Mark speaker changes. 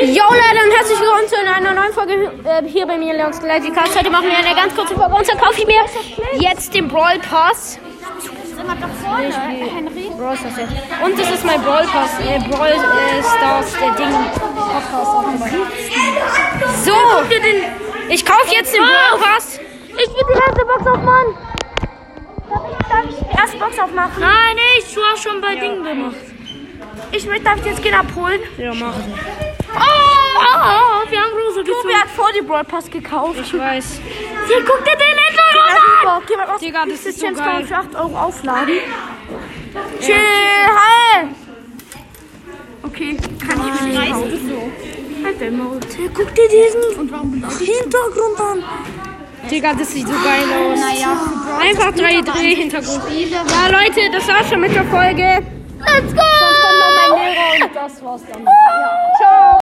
Speaker 1: Jo Leute und herzlich willkommen zu einer neuen Folge äh, hier bei mir, Leons Gladi Cast. Heute machen wir eine ganz kurze Folge und dann kaufe ich mir jetzt den Brawl Pass. Brawl Stars, ja. Und das ist mein Brawl Pass, äh, Brawl äh, Stars, der Ding. Podcast auch dabei. So, ich kaufe jetzt den Brawl Pass.
Speaker 2: Ich will die erste Box aufmachen. Darf ich, darf ich die erste Box aufmachen?
Speaker 3: Nein, ich war schon bei Dingen gemacht.
Speaker 2: Ich möchte, darf ich den Skin abholen?
Speaker 3: Ja, mach ich.
Speaker 2: Oh, oh,
Speaker 3: Wir haben große
Speaker 2: Tobi
Speaker 3: gezogen.
Speaker 2: hat vor die Brawl Pass gekauft.
Speaker 3: Ich weiß.
Speaker 2: Hier, guck dir den Legend an! Jemand aus
Speaker 3: Digga, das
Speaker 2: Pixel
Speaker 3: ist so
Speaker 2: Chance
Speaker 3: geil.
Speaker 2: kann man für 8 Euro aufladen. Chill, halt! Okay, kann ich mir nicht kaufen. Halt dein Maul. Hey, Guck dir diesen Hintergrund an.
Speaker 3: Digga, das sieht so geil aus. Einfach 3D-Hintergrund. Ja, Leute, das war's schon mit der Folge.
Speaker 2: Ah.
Speaker 1: Sonst kommt noch mein Lehrer und das war's dann. Ja.